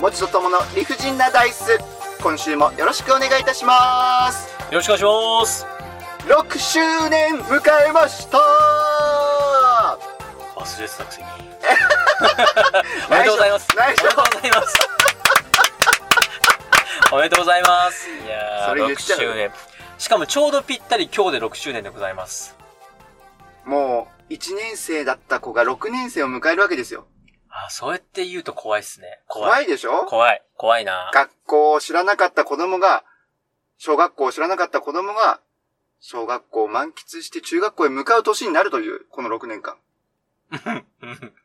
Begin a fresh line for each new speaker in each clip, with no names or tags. もちとともの理不尽なダイス今週もよろしくお願いいたします
よろしくお願いします
6周年迎えました
忘れてたくせにおめでとうございますおめ
内緒
でとうございます おめでとうございますいや
そ
ー
れ言
6
っちゃう
周年しかもちょうどぴったり今日で6周年でございます
もう1年生だった子が6年生を迎えるわけですよ
あそうやって言うと怖いっすね怖い
怖いでしょ
怖い怖いな
学校を知らなかった子供が、小学校を知らなかった子供が、小学校を満喫して中学校へ向かう年になるという、この6年間。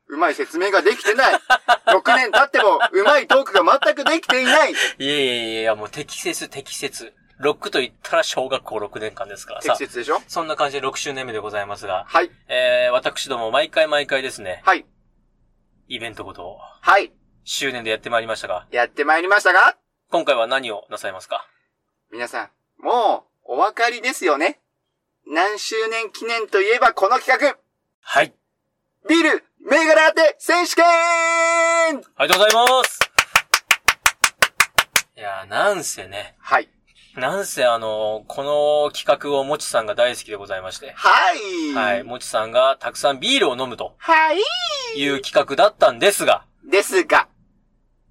うまい説明ができてない。6年経っても、うまいトークが全くできてい ない。
いやいやいやいやもう適切適切ロックと言ったら小学校6年間ですからさ
適切でしょ
そんな感じで6周年目でございますが、
はい。
えー、私ども毎回毎回ですね、
はい。
イベントごとを
はい。
周年でやってまいりましたが、
やってまいりましたが、
今回は何をなさいますか
皆さん、もう、お分かりですよね。何周年記念といえばこの企画、
はい。
ビール、銘柄当て選手権
ありがとうございますいやー、なんせね、
はい。
なんせあのーこの企画をもちさんが大好きでございまして、
はい。
はい、。もちさんがたくさんビールを飲むと
はい。
いう企画だったんですが、
ですが、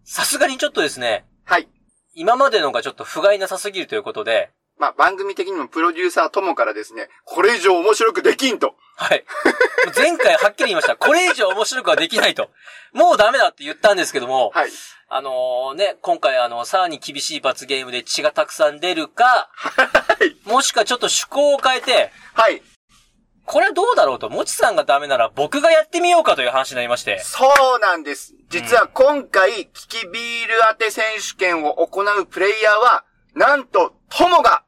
さすがにちょっとですね、
はい。
今までのがちょっと不甲斐なさすぎるということで、
まあ、番組的にもプロデューサーともからですね、これ以上面白くできんと。
はい。 もう前回はっきり言いました。これ以上面白くはできないと。もうダメだって言ったんですけども、
はい。
あのーね、今回あの、さらに厳しい罰ゲームで血がたくさん出るか、もしくはちょっと趣向を変えて、
はい。
これはどうだろうと、もちさんがダメなら僕がやってみようかという話になりまして、
そうなんです。実は今回、キキビール当て選手権を行うプレイヤーは、なんと、ともが、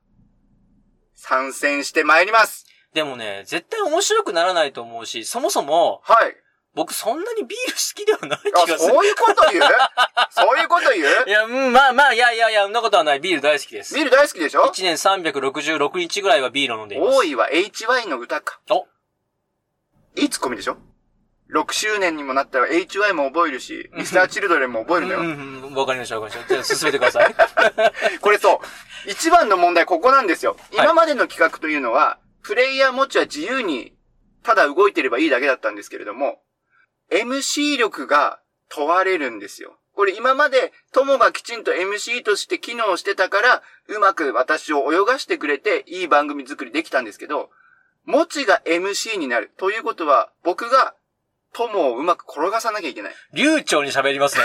参戦してまいります。
でもね、絶対面白くならないと思うし、そもそも、
はい。
僕そんなにビール好きではない
あ、
気がする。
そういうこと 言うそういうこと言
いうや、うん、まあまあ、いやいやいや、そんなことはない。ビール大好きです。
ビール大好きでしょ
1年366日ぐらいはビールを飲んでいます。
多いは HY の歌か。
お
いいツッコミでしょ ?6 周年にもなったら HY も覚えるし、ミスターチルドレンも覚えるんだよ
う。んうん、わかりました、わかりました。じゃあ進めてください。
これそう。一番の問題ここなんですよ。今までの企画というのは、プレイヤー持ちは自由に、ただ動いてればいいだけだったんですけれども、MC 力が問われるんですよ。これ今まで、友がきちんと MC として機能してたから、うまく私を泳がしてくれて、いい番組作りできたんですけど、もちが MC になる。ということは、僕が、友をうまく転がさなきゃいけない。
流暢に喋 りますね。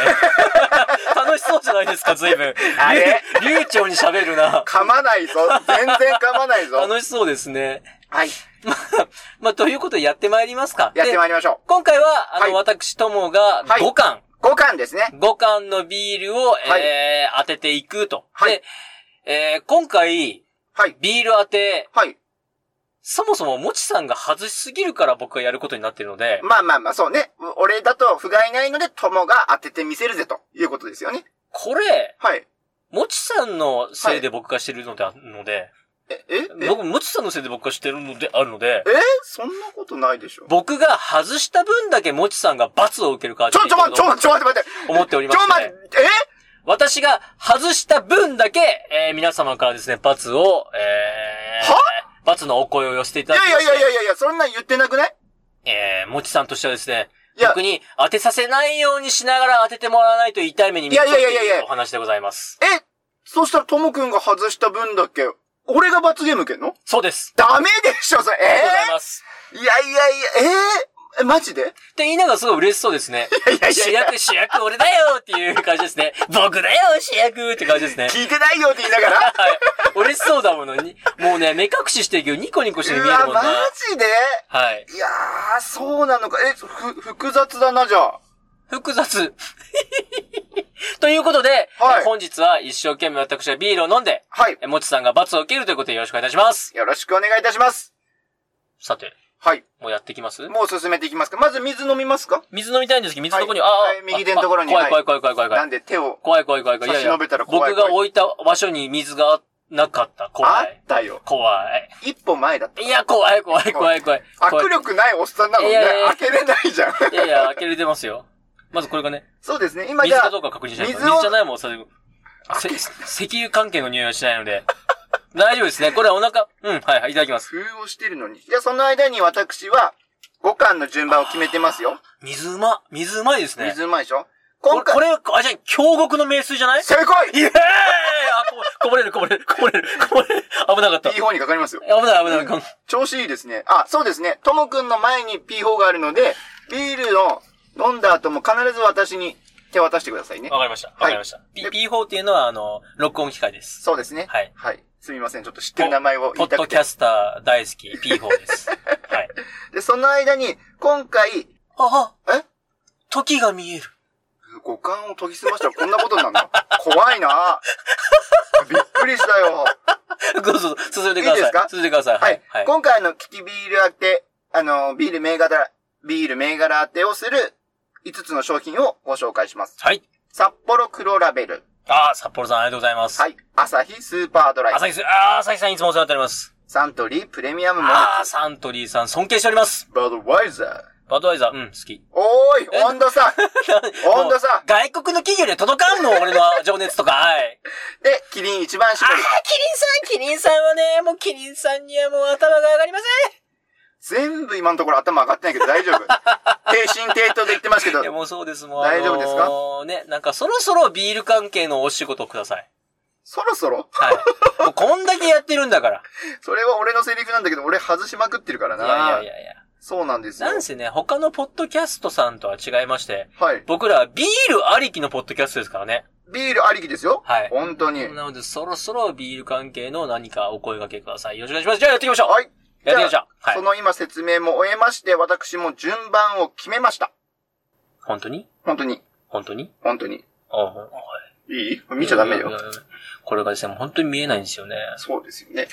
楽しそうじゃないですか、随分。
あれ
流流暢に喋るな。
噛まないぞ。全然噛まないぞ。
楽しそうですね。
はい。
まあ、ということでやってまいりますか。
やってまいりましょ
で今回は、あの、
はい
私ともが
はい
5巻、
う。5巻ですね。
5巻のビールを、
はい
えー、当てていくと。
はい
で、えー、今回、
はい。
ビール当て、
はい。
そもそももちさんが外しすぎるから僕がやることになってるので、
まあまあまあ、そうね。う俺だと不甲斐ないので、友が当ててみせるぜ、ということですよね。
これ、
はい。
もちさんのせいで僕がしてるのであるので、
え、え、え、え
僕、もちさんのせいで僕がしてるのであるので、
そんなことないでしょ。
僕が外した分だけもちさんが罰を受けるか
ちょ、ちょ、まちょ、ちょ、待って待って。
思っておりま
ちょ、
す、
待っ
ね。
て、え
私が外した分だけ、えー皆様からですね、罰を、えー
は
罰のお声を寄せていた
い
だきま
やい
して
やいやいやいやいや、そんなん言ってなくない
えー、もちさんとしてはですね、
いや
僕に当てさせないようにしながら当ててもらわないと痛い目に見
いやいやいやいやいや
お話でございます。
え、そしたらともくんが外した分だけ、俺が罰ゲーム受けんの
そうです。
ダメでしょ、それ。
ありがとうござい
え
ます。
ー、いやいやいや、えー、え、マジで
って言いながらすごい嬉しそうですね。
いやいやいや
主役、主役俺だよっていう感じですね。僕だよ、主役って感じですね。
聞いてないよって言いながら。
はい。嬉しそうだものに。もうね、目隠ししてるけど、ニコニコしてるように見える
う
もん
わ、
な。
マジで
はい。
いやー、そうなのか。え、ふ、複雑だな、じゃあ。
複雑。 ということで、
はい
本日は一生懸命私はビールを飲んで、
はい。
えもちさんが罰を受けるということでよろしくお願いいたします。
よろしくお願いいたします。
さて、
はい。
もうやってきます
もう進めていきますか。まず水飲みますか
水飲みたいんですけど、水どこに、
はい
あー
は
あ、
い右手のところに
怖い
は
怖
い
い怖い怖い怖い怖。
ないんで手を。
怖い怖い怖い怖い。いやい
差し
や
伸べたら、怖い
僕が置いた場所に水がなかった。怖
あ
い。
ったよ。
怖い。
一歩前だった。
いや、怖い怖い怖い怖い。怖い
握力ないおっさんなのに
い
ね
やいやいや
開けれないじゃん。
いやいや、開けれてますよ。まずこれがね、
そうですね。今じ
水
ゃ
か
あ
どう、か確認しないと。
水を
水じゃないもん、それ。せ石油関係の匂いはしないので。大丈夫ですね。これはお腹、うん、はいはい、いただきます。
封をしてるのに。じゃあその間に私は、五巻の順番を決めてますよ。
水うま、水うまいですね。
水うまいでしょ
こ
今
れ、
回、
これ、あ、じゃあ、京極の名水じゃない
正
イ
解
エーイあ、こ、こぼれる、こぼれる、こぼれる、こぼれる。危なかった。危
!P 法にかかりますよ。
ない、危ない。こん
調子いいですね。あ、そうですね。ともくんの前に P 法があるので、ビールを飲んだ後も必ず私に手渡してくださいね。
わかりました。わかりました。P- P4 っていうのは、あの、録音機械です。
そうですね。
はい
はい。すみません。ちょっと知ってる名前を
ポ
言い
ッ
た
ド
く
キャ
て。
スター大好き、P4 です。はい。
で、その間に、今回、
あ、
え
時が見える。
五感を研ぎ澄ましたらこんなことになるの怖いなびっくりしたよ。
どうぞ、進んでください。
いいですか
進んでください。
はい。
はい。
今回のキキビール当て、あの、ビール銘柄、ビール銘柄当てをする5つの商品をご紹介します。
はい。
札幌黒ラベル。
ああ、札幌さんありがとうございます。。
はいい。朝日スーパードライ。
朝日さん、ああ、朝日さんいつもお世話になっております。
サントリープレミアムモル
ああ、サントリーさん尊敬しております。
ツ。バドワイザー。
バドワイザー、うん、好き。
おーい、温度 差温度差
外国の企業には届かんの、俺の情熱とか。 はい。
で、キリン一番搾
ああ、
り。
キリンさん、キリンさんはね、もうキリンさんにはもう頭が上がりませ
全部今のところ頭上がってないけど大丈 夫。低心低頭で言ってますけど
ん。いや、。もうそうです、もう。
大丈夫ですか
あのーね、なんかそろそろビール関係のお仕事をください。
そろそろ
はい。 もうこんだけやってるんだから。
それは俺のセリフなんだけど、俺外しまくってるから
いや
ない
やい。やいや。
そうなんですよ。
なんせね、他のポッドキャストさんとは違いまして、
はい。
僕らはビールありきのポッドキャストですからね。
ビールありきですよ。
はい
本当に。はい。
なので、そろそろビール関係の何かお声掛けください。よろしくお願いします。じゃあやっていきましょうやっていきましょうはい
その今説明も終えまして、私も順番を決めました。
本当に
本当に。
本当に
本当に。
ああ、ほん
いい見ちゃダメ。
いや
よ
い。やいやこれがですね、本当に見えないんですよね。
そうですよね。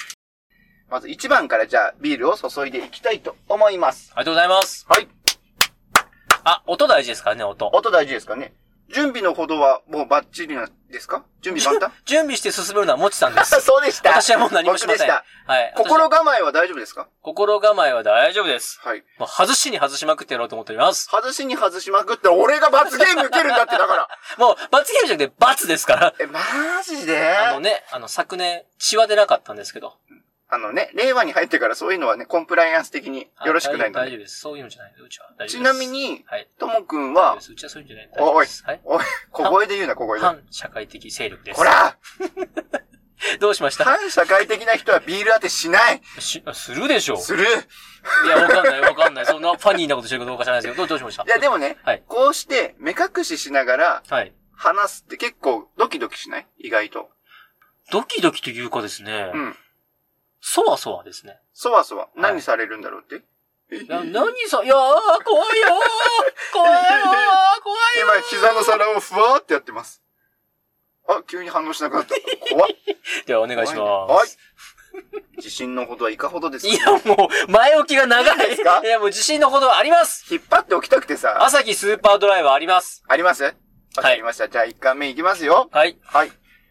まず1番からじゃあビールを注いでいきたいと思います。
ありがとうございます。
はい。
あ、音大事ですからね、音。
音大事ですかね。準備のほどはもうバッチリなんですか準備万
準備して進めるのはもちさんで
端
す。
そうでした。
私はもう何もしま
僕
せん。
で
はい。
した。
私
心構えは大丈夫ですか
心構えは大丈夫です。
はい。
もう外しに外しまくってやろうと思っております。
外しに外しまくって、俺が罰ゲーム受けるんだって、だ から。
もう、罰ゲームじゃなくて罰ですから。
え、マジで
あのね、あの、昨年、血は出なかったんですけど。
あのね、令和に入ってからそういうのはね、コンプライアンス的によろしくない
あ
の
大丈夫大
で。
丈夫です。そういうのじゃないので、うちは。大丈夫です
ちなみ、に、
はい。
ともくん
大丈夫
は
で、すうちはそういうんじゃないので。大丈夫
おい
ですはい。
おい、小声で言うな、小声で。
反社会的勢力です。
こら
どうしました
反社会的な人はビール当てしない
しするでしょ
する
ういや、わかんない、わかんない。そんなファニーなことしてるかどうか知らないですけど、どうどうしました
いや、でもね、
はい
こうして目隠ししながら
はい。
話すって結構ドキドキしない意外と。
ドキドキというかですね
う、ん。
そわそわですね。
そわそわ。
い
何されるんだろうって、
いや、何さ、いやー、怖いよー怖いよー怖いよ
今、膝の皿をふわーってやってます。あ、急に反応しなくなった。怖っ。
ーでは、お願いします。
はい。自信のほどはいかほどですか
いや、もう、前置きが長い。
いいですか
いや、もう自信のほどはあります。
引っ張っておきたくてさ。
朝日スーパードライはあります。
ありますわかりました。じゃあ1巻目いきますよ。
はい。
はい。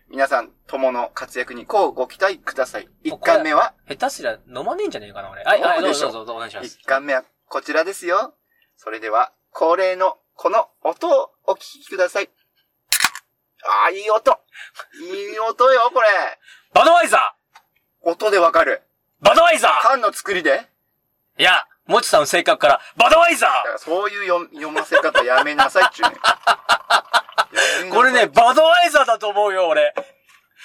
皆さん、友の活躍にこうご期待ください。1巻目は、
下手すりゃ飲まねえんじゃねえかな、俺。はい、はい、
飲
ど
むで
う
し
ぞ、ど
ょ
うぞ、どうぞお願いします
1。巻目はこちらですよ。それでは、恒例のこの音をお聞きください。ああ、いい音。いい音よ、これ。
バドワイザ
音でわかる。
ーバドワイザ
缶の作りで
ーいや、もちさんの性格から、バドワイザ
だからそういう読読ませ方やめなさいっちゅうね。やめ
ー
なさい
これね、、バドワイザーだと思うよ、俺。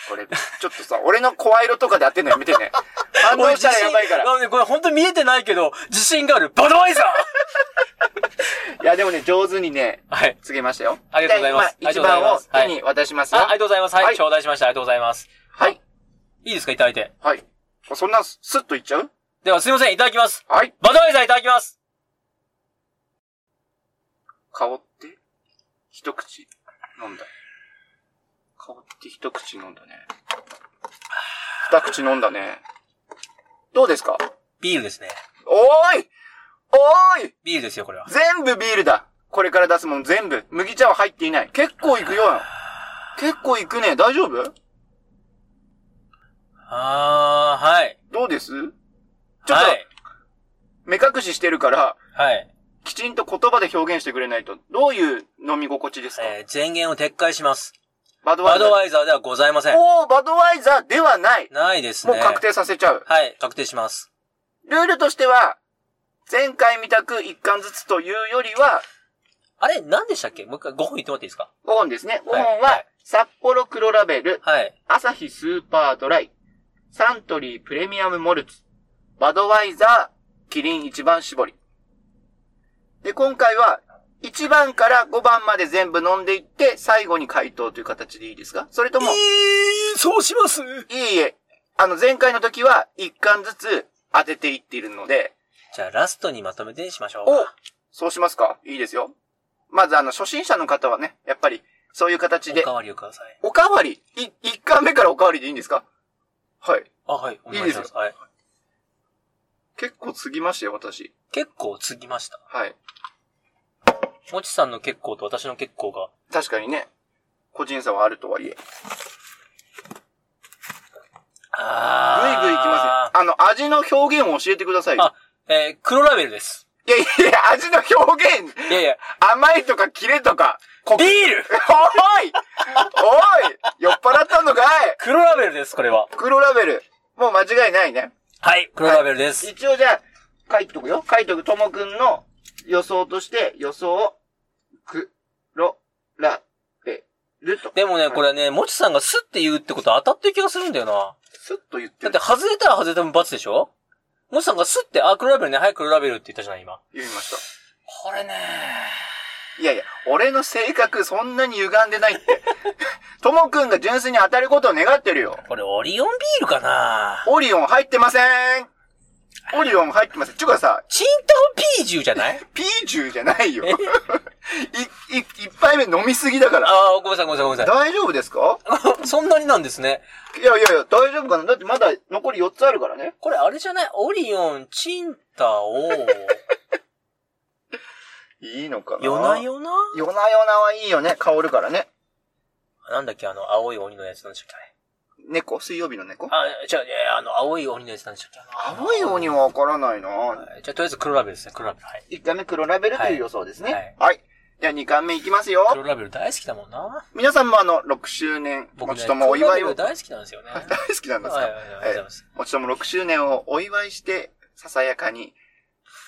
これ、ちょっとさ、俺の声色とかでやってんのやめて ね。反応
俺
したらやばいから。
自信あのねこれ本当に見えてないけど、自信がある。バドワ イザー
いや、でもね、上手にね、
はい。
告げましたよ。
ありがとうございます
じゃあ今
ありがとう
一
ございます
番を手に渡しますよ。
あ、あり
は
が
い。
とうございます。は、
はいい
頂戴しました。ありがとうございます。
はい。
いいですか、いただいて。
そんな、スッといっちゃう
では、すいません、いただきます。
はい。
バドワイザーいただきます。
香って、一口、飲んだ。香って一口飲んだね。二口飲んだね。どうですか
ビールですね。
おーいおーい
ビールですよ、これは。
全部ビールだこれから出すもん全部。麦茶は入っていない。結構いくよ結構いくね。大丈夫
あー、はい。
どうですちょっと、
はい。
目隠ししてるから、
はい。
きちんと言葉で表現してくれないと、どういう飲み心地ですか、
えー前言を撤回します。
バドワイ
バ
ザー
ド。ワイザーではございません。
おー、バドワイザーではない。
ないです
も
ね。
う確。定させちゃう。
はい、確定します。
ルールとしては、前回見たく1巻ずつというよりは、
あれ、何でしたっけもう一回5本言ってもらっていいですか
5本ですね。5
はい
本
は、
はい札幌黒ラベル、
はい。
アサヒスーパードライ、サントリープレミアムモルツ、バドワイザー、キリン一番搾り。で、今回は、1番から5番まで全部飲んでいって、最後に回答という形でいいですかそれとも、い
ー、そうします
いえ、あの、前回の時は、1巻ずつ当てていっているので、
じゃあ、ラストにまとめてにしましょう。
おそうしますかいいですよ。まず、あの、初心者の方はね、やっぱり、そういう形
お
で
か、わりをください。
おかわり、い、1巻目からおかわりでいいんですかはい。
あ、はい、お願
い
いし
い
ま
です
す。はい。
結構過ぎましたよ、私。
結構継ぎました。
はい。
もちさんの結構と私の結構が。
確かにね、個人差はあるとはいえ。ぐいぐい
あ
行きますね。あの、味の表現を教えてくださいよ。
あ、えー、黒ラベルです。
いやいやいや、味の表現
いやい や、
甘いとかキレとか、こお
ビ
い
ール
おい酔っ払ったのかい
黒ラベルです、これは。
黒ラベル。もう間違いないね。
はい、黒ラベルです。
一応じゃあ、書いとくよ。書いとく。ともくんの予想として、予想、く、ろ、ら、べ、ると。
でもね、こ
れ。
れね、もちさんがスッて言うってことは当たってる気がするんだよな。
スッと言って
だっ
る
て。外れたら外れた分罰でしょもちさんがスッて、あ、黒ラベルね、はい、黒ラベルって言ったじゃない、今。
言いました。
これね
いやいや、俺の性格そんなに歪んでないって。 ともくんが純粋に当たることを願ってるよ。
これオリオンビールかな
オリオン入ってませんオリオン入ってません。ちゅうかさ、
チンタオピージュじゃない
ピーチューじゃない よ。い、い、一杯目飲みすぎだから。
ああ、ごめんなさい、ごめんなさい、ごめんな
大丈夫ですか
さい。そんなになんですね。
いやいやいや、大丈夫かなだってまだ残り4つあるからね。
これあれじゃないオリオン、チンタオ、
いいのかな
ヨナヨナ
夜な夜なはいいよね。香るからね。
なんだっけ、あの、青い鬼のやつなんでしたっけ
猫水曜日の猫
あれあ、じゃあ、あの、青い鬼のやつなんでしたっけあの
青い鬼はわからないな
じゃあ、とりあえず黒ラベルですね、黒ラベル。はい。
1回目黒ラベルという予想ですね。は
はいい。
じゃあ2回目いきますよ。
黒ラベル大好きだもんな。
皆さんもあの、6周年、
僕
も
ね、
ちと
黒
もお
ラ
祝
ベ
いを、
ル
大好
大好きなんですよね。はい、
きなんです
はい、
か
はい、ありがとうございます。
もちとも6周年をお祝いして、ささやかに、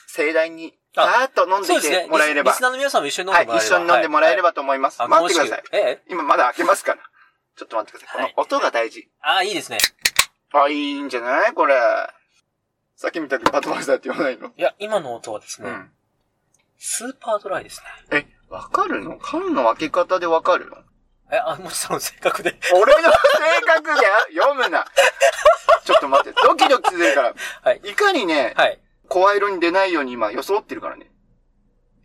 盛大に、さ
あ
ーっと飲んで
そう
い
ですね
て。もらえれば
リスリス、ナーの皆さんも一緒に飲ん
は
で
い、
もらえれば。
一緒に飲んでもらえればと思います。
はい。
待ってください。
い。ええ
今まだ開けますから。ちょっと待ってください。
はい
この音が大事。
あ、いいですね。
あ、いいんじゃないこれ。さっきみたくバトワイザーって言わないの
いや、今の音はですね、
うん。
スーパードライです
え、
ね。
わかるの缶の開け方でわかるの
え、あ、もちさんの性格で。
俺の性格で読むな。ちょっと待って、ドキドキするから。
はい。
いかにね、
はい。
声色に出ないように今装ってるからね。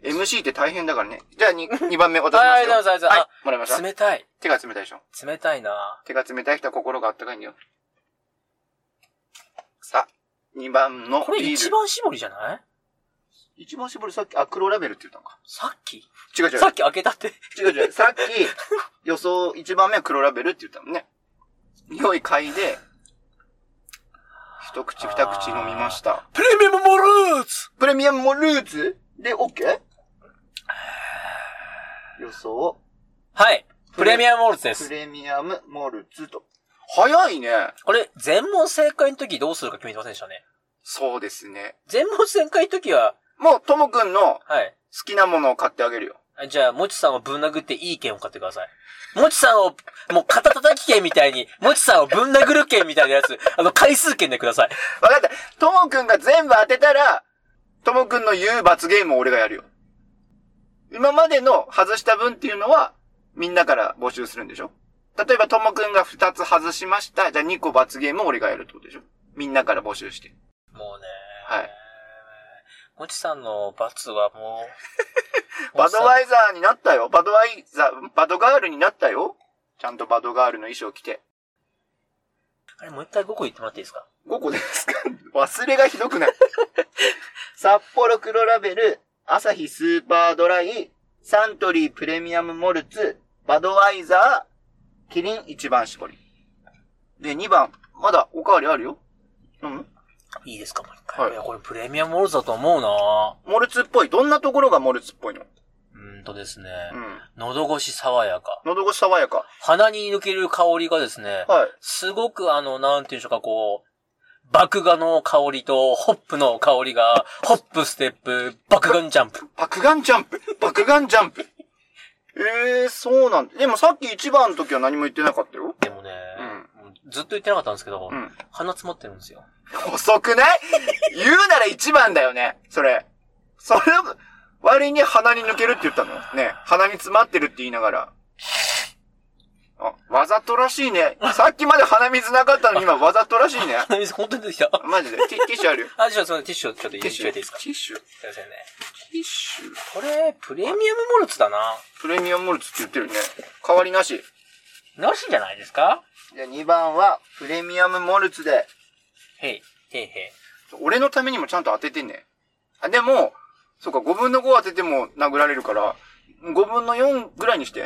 MC って大変だからね。じゃあ 2, 番目渡しま
は
す
い、
よ。
どうぞ、どうぞ。
はい
あ、、
もらいました。
冷たい。
手が冷たいでしょ。
冷たいな
手が冷たい人は心が温かいんだよ。さあ、2番の
これ
ビ
一
ール。
番絞りじゃない
一番絞りさっき、あ、黒ラベルって言ったのか。
さっき
違う違
さっき開けたって。
う。違う違う。さっき、予想1番目は黒ラベルって言ったもんね。匂い嗅いで、一口二口飲みました。
プレミアムモルーツ
プレミアムもルーツで OK? 予想。
はい。プレミアムモルツで
プ
す。
レミアムモルツと。早いね。
これ、全問正解の時どうするか決めてませんでしたね。
そうですね。
全問正解の時は、
もう、ともくんの好
はい。
きなものを買ってあげるよ。
あじゃあ、もちさんをぶん殴っていい剣を買ってください。もちさんを、もう肩叩き剣みたいに、もちさんをぶん殴る剣みたいなやつ、あの、回数剣でください。
わかった。ともくんが全部当てたら、ともくんの言う罰ゲームを俺がやるよ。今までの外した分っていうのは、みんなから募集するんでしょ例えば、ともくんが2つ外しました。じゃあ2個罰ゲームを俺がやるってことでしょみんなから募集して。
もうね。
はい。。
もちさんの罰はも う
バドワ
イ
イザーになったよ。バドワイザー、バドガールになったよ。ちゃんとバドガールの衣装着て。
あれ、もう一回5個言ってもらっていいですか
5個ですか忘れがひどくない。札幌黒ラベル、朝日スーパードライ、サントリープレミアムモルツ、バドワイザー、キリン一番搾り。で、2番、まだおかわりあるよ。うん
いいですか、もう一
は
回。
い
いや、これプレミアムオールズだと思うな
モルツっぽい。どんなところがモルツっぽいの
うーんとですね、
うん。
喉越し爽やか。
喉越し爽やか。
鼻に抜ける香りがですね、
はい。
すごくあの、なんていうんでしょうか、こう、爆芽の香りと、ホップの香りが、ホップ、ステップ、爆眼ジャンプ。
爆眼ジャンプ爆眼ジャンプええー、そうなんだ。でもさっき一番の時は何も言ってなかったよ。
でもね、ずっと言ってなかったんですけど、
うん。
鼻詰まってるんですよ。
遅くない 言うなら一番だよね。それ。それ、割に鼻に抜けるって言ったのね。鼻に詰まってるって言いながら。あ、わざとらしいね。さっきまで鼻水なかったのに今わざとらしいね。
鼻水本当に出てきた。
マジで。ティティッシュあるよ。
あ、じゃあ、すいません、ティッシュをちょっと
テ
入
ィ
れ
ッ
て
シ
い
ュ。
い
ティ
ですか。すい
ッシュ。テ
ませんね。
ィッシュ。
これ、プレミアムモルツだな。
プレミアムモルツって言ってるね。変わりなし。
なしじゃないですか
じゃあ2番は、プレミアムモルツで。
へい、へいへ
俺のためにもちゃんと当ててね。あ、でも、そうか、5分の5当てても殴られるから、5分の4ぐらいにして。
い。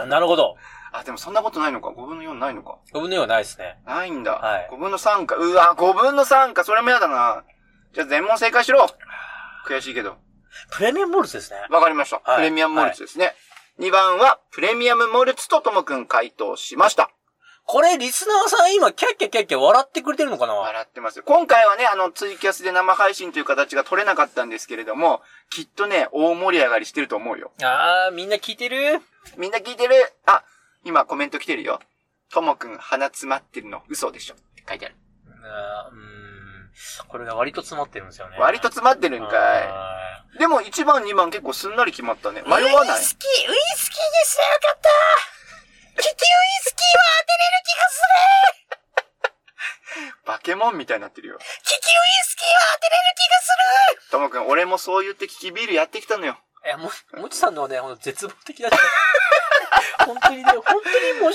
あなるほど。
あ、でもそんなことないのか。5分の4ないのか。
呼ぶのようないですね。
ないんだ。
はい
5分の3か。うわ、5分の3か。それもやだな。じゃあ全問正解しろ。悔しいけど。
プレミアムモルツですね。
わかりました。
はい
プレミアムモルツですね。2番は、プレミアムモルツとともくん回答しました。
これ、リスナーさん今、キャッキャキャッキャ笑ってくれてるのかな
笑ってますよ。今回はね、あの、ツイキャスで生配信という形が取れなかったんですけれども、きっとね、大盛り上がりしてると思うよ。
あー、みんな聞いてる
みんな聞いてるあ、今コメント来てるよ。ともくん鼻詰まってるの嘘でしょって書いてある。
あーうーん。これが割と詰まってるんですよね。
割と詰まってるんか
あ
い。でも1番2番結構すんなり決まったね。迷わない。
キー、ウイスキーにしてよかったキキウイスキーは当てれる気がする
バケモンみたいになってるよ。
キキウイスキーは当てれる気がする
ともくん、俺もそう言ってキキビールやってきたのよ。
いや、も、もちさんのね、ほんと絶望的だった。 本当にね、本当に